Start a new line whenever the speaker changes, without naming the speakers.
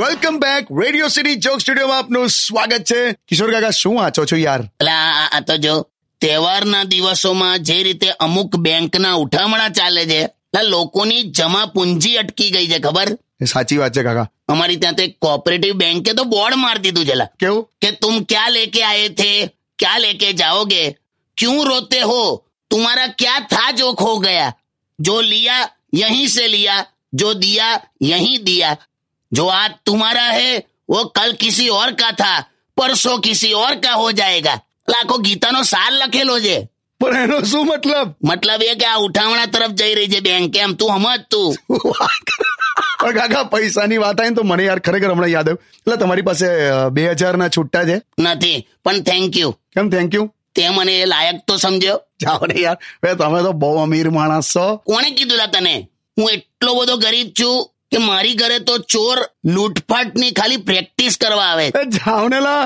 welcome back radio city joke studio માં આપનું સ્વાગત છે કિશોર કાકા શું વાંચો છો યાર
એટલે આ આ તો જો તહેવારના દિવસોમાં જે રીતે અમુક બેંકના ઉઠામણા ચાલે છે એટલે લોકોની જમા પૂંજી અટકી ગઈ છે ખબર
એ સાચી વાત છે કાકા
અમારી ત્યાં તો એક કોઓપરેટિવ બેંકે તો બોર્ડ માર દીધું છે લા,
કેવું
કે તુમ ક્યા લેકે આયે થે ક્યા લેકે જાઓગે ક્યું રોતે હો તુમારા ક્યા થા જો ખો ગયા જો લિયા યહીં સે લિયા જો દિયા યહીં દિયા जो आज तुम्हारा है वो कल किसी और का था परसों किसी और का हो जाएगा લાખો ગીતાનો સાર લખેલો છે
પણ એનો શું મતલબ
મતલબ એ કે આ ઉઠાવણા તરફ જઈ રહી છે બેંક એમ તું સમજ તું
પણ કાકા પૈસાની વાત આવી ને તો મને યાર ખરેખર હમણાં યાદ આવ્યું એટલે તમારી પાસે બે હજાર ના છૂટા છે
નથી પણ થેન્ક યુ
કેમ થેન્ક યુ
તે મને એ લાયક તો સમજ્યો
જાઓ ને યાર હવે તમે તો બહુ અમીર માણસ છો
કોણે કીધું લા તને હું એટલો બધો ગરીબ છું કે મારી ઘરે તો ચોર લૂંટફાટની ખાલી પ્રેક્ટિસ કરવા આવે
એ જાઓ ને લા